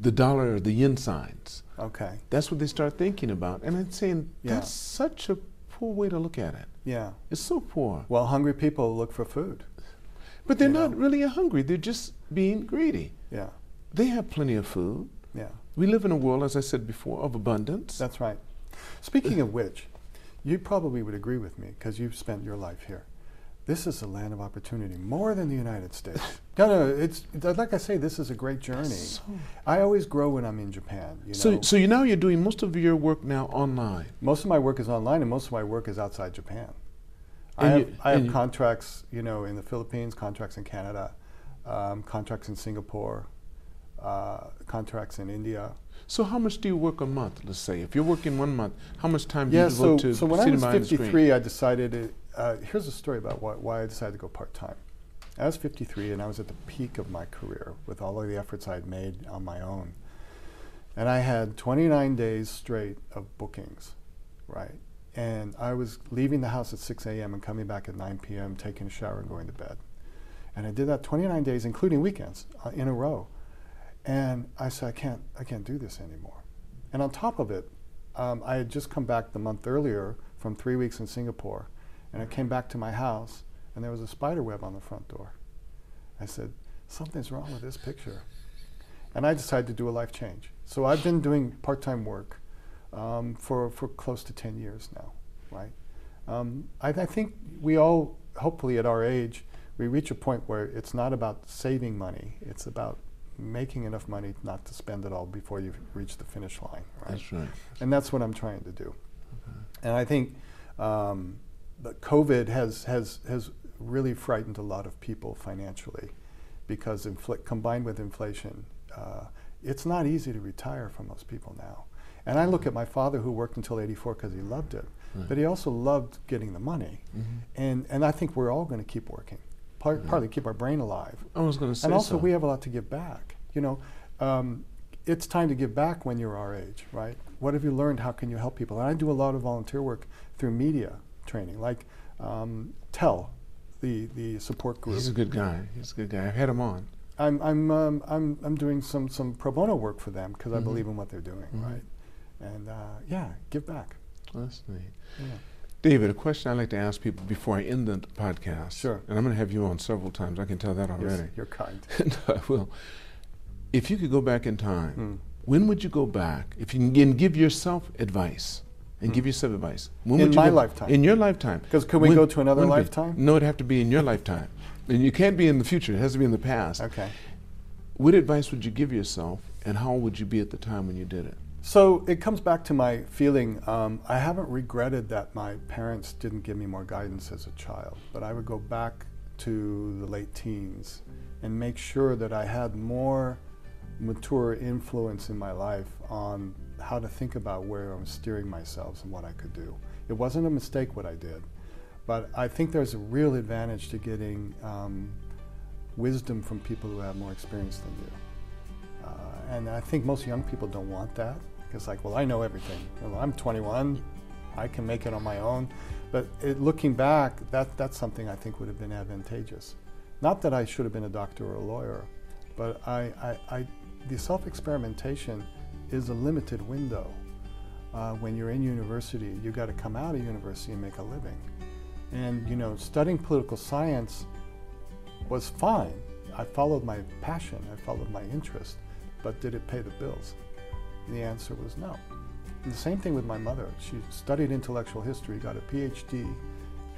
[SPEAKER 1] the dollar or the yen signs.
[SPEAKER 2] Okay.
[SPEAKER 1] That's what they start thinking about, and I'm saying
[SPEAKER 2] Yeah.
[SPEAKER 1] that's such a poor way to look at it.
[SPEAKER 2] Yeah.
[SPEAKER 1] It's so poor.
[SPEAKER 2] Well, hungry people look for food.
[SPEAKER 1] But they're
[SPEAKER 2] you know?
[SPEAKER 1] not really hungry. They're just being greedy.
[SPEAKER 2] Yeah.
[SPEAKER 1] They have plenty of food.
[SPEAKER 2] Yeah.
[SPEAKER 1] We live in a world, as I said before, of abundance.
[SPEAKER 2] That's right. Speaking of which, you probably would agree with me because you've spent your life here. This is a land of opportunity more than the United States. no, no, it's like I say, this is a great journey.
[SPEAKER 1] so,
[SPEAKER 2] I always grow when I'm in Japan. You
[SPEAKER 1] so,
[SPEAKER 2] know?
[SPEAKER 1] so you now you're doing most of your work now online.
[SPEAKER 2] most of my work is online and most of my work is outside Japan. I
[SPEAKER 1] And
[SPEAKER 2] have,
[SPEAKER 1] you-
[SPEAKER 2] I have
[SPEAKER 1] and you-
[SPEAKER 2] contracts, you know, in the Philippines, contracts in Canada, um, contracts in Singapore, uh, contracts in India.
[SPEAKER 1] So how much do you work a month? Let's say if you're working one month, how much time do
[SPEAKER 2] Yeah,
[SPEAKER 1] you
[SPEAKER 2] so,
[SPEAKER 1] devote to
[SPEAKER 2] so when I
[SPEAKER 1] sitting
[SPEAKER 2] was
[SPEAKER 1] behind the screen?
[SPEAKER 2] 53, I decided, it, uh, here's a story about why, why I decided to go part time. I was 53 and I was at the peak of my career with all of the efforts I had made on my own. And I had 29 days straight of bookings, right? And I was leaving the house at 6 a.m. and coming back at 9 p.m., taking a shower and going to bed. And I did that 29 days, including weekends, uh, in a row. And I said, I can't, I can't do this anymore. And on top of it, um, I had just come back the month earlier from three weeks in Singapore, and I came back to my house, and there was a spider web on the front door. I said, something's wrong with this picture. And I decided to do a life change. So I've been doing part time work um, for, for close to 10 years now, right? Um, I, I think we all, hopefully at our age, we reach a point where it's not about saving money, it's about making enough money not to spend it all before you reach the finish line, right?
[SPEAKER 1] That's right. Uh-huh.
[SPEAKER 2] and that's what I'm trying to do. And I think um, the COVID has has has really frightened a lot of people financially, because infl- combined with inflation, uh, it's not easy to retire for most people now. And I look at my father who worked until 84 because he loved it, but he also loved getting the money.
[SPEAKER 1] Mm-hmm.
[SPEAKER 2] And and I think we're all going to keep working, par- partly keep our brain alive,
[SPEAKER 1] I was going to say
[SPEAKER 2] and also
[SPEAKER 1] so.
[SPEAKER 2] we have a lot to give back you know um, it's time to give back when you're our age right what have you learned how can you help people and i do a lot of volunteer work through media training like um, tell the, the support group
[SPEAKER 1] He's a good guy. He's a good guy. I've had him on.
[SPEAKER 2] I'm, I'm, um, I'm, I'm doing some, some pro bono work for them
[SPEAKER 1] Mm-hmm.
[SPEAKER 2] because i believe in what they're doing
[SPEAKER 1] Mhm.
[SPEAKER 2] right and uh, yeah give back
[SPEAKER 1] That's neat.
[SPEAKER 2] Yeah.
[SPEAKER 1] David, a question I like to ask people before I end the podcast.
[SPEAKER 2] Sure.
[SPEAKER 1] And I'm going to have you on several times. I can tell that
[SPEAKER 2] Yes,
[SPEAKER 1] already.
[SPEAKER 2] you're kind
[SPEAKER 1] No, I will. If you could go back in time,
[SPEAKER 2] Mm.
[SPEAKER 1] when would you go back? If you can g- and give yourself advice and give yourself advice. When
[SPEAKER 2] Hmm. In
[SPEAKER 1] would you
[SPEAKER 2] my
[SPEAKER 1] go-
[SPEAKER 2] lifetime.
[SPEAKER 1] In your lifetime.
[SPEAKER 2] 'Cause could we
[SPEAKER 1] When-
[SPEAKER 2] go to another
[SPEAKER 1] when would it be?
[SPEAKER 2] lifetime?
[SPEAKER 1] No, it'd have to be in your lifetime. And you can't be in the future. It has to be in the past.
[SPEAKER 2] okay
[SPEAKER 1] What advice would you give yourself and how would you be at the time when you did it?
[SPEAKER 2] So it comes back to my feeling. Um, I haven't regretted that my parents didn't give me more guidance as a child, but I would go back to the late teens and make sure that I had more mature influence in my life on how to think about where I'm steering myself and what I could do. It wasn't a mistake what I did, but I think there's a real advantage to getting um, wisdom from people who have more experience than you. Uh, and I think most young people don't want that. It's like, well, I know everything. You know, I'm 21. I can make it on my own. But it, looking back, that, that's something I think would have been advantageous. Not that I should have been a doctor or a lawyer, but I, I, I, the self experimentation is a limited window. Uh, when you're in university, you got to come out of university and make a living. And, you know, studying political science was fine. I followed my passion, I followed my interest, but did it pay the bills? And the answer was no. And the same thing with my mother. She studied intellectual history, got a PhD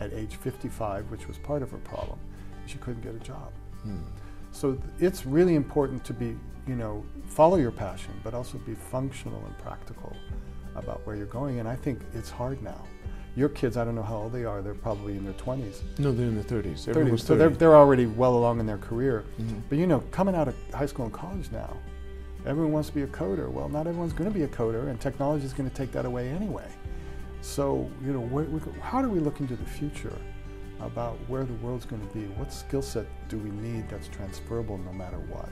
[SPEAKER 2] at age 55, which was part of her problem. She couldn't get a job.
[SPEAKER 1] Hmm.
[SPEAKER 2] So th- it's really important to be, you know, follow your passion, but also be functional and practical about where you're going. And I think it's hard now. Your kids, I don't know how old they are, they're probably in their 20s.
[SPEAKER 1] No, they're in the 30s.
[SPEAKER 2] 30,
[SPEAKER 1] Everyone's
[SPEAKER 2] so they're,
[SPEAKER 1] 30.
[SPEAKER 2] they're already well along in their career.
[SPEAKER 1] Mm-hmm.
[SPEAKER 2] But you know, coming out of high school and college now, everyone wants to be a coder. Well, not everyone's going to be a coder, and technology is going to take that away anyway. So, you know, where, we- how do we look into the future about where the world's going to be? What skill set do we need that's transferable no matter what?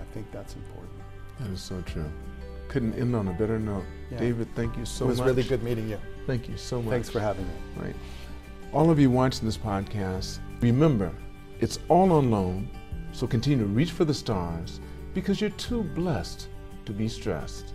[SPEAKER 2] I think that's important.
[SPEAKER 1] That is so true. Couldn't end on a better note.
[SPEAKER 2] Yeah.
[SPEAKER 1] David, thank you so
[SPEAKER 2] it was
[SPEAKER 1] much.
[SPEAKER 2] really good meeting you.
[SPEAKER 1] Thank you so much.
[SPEAKER 2] Thanks for having me.
[SPEAKER 1] Right. All of you watching this podcast, remember, it's all on loan, so continue to reach for the stars because you're too blessed to be stressed.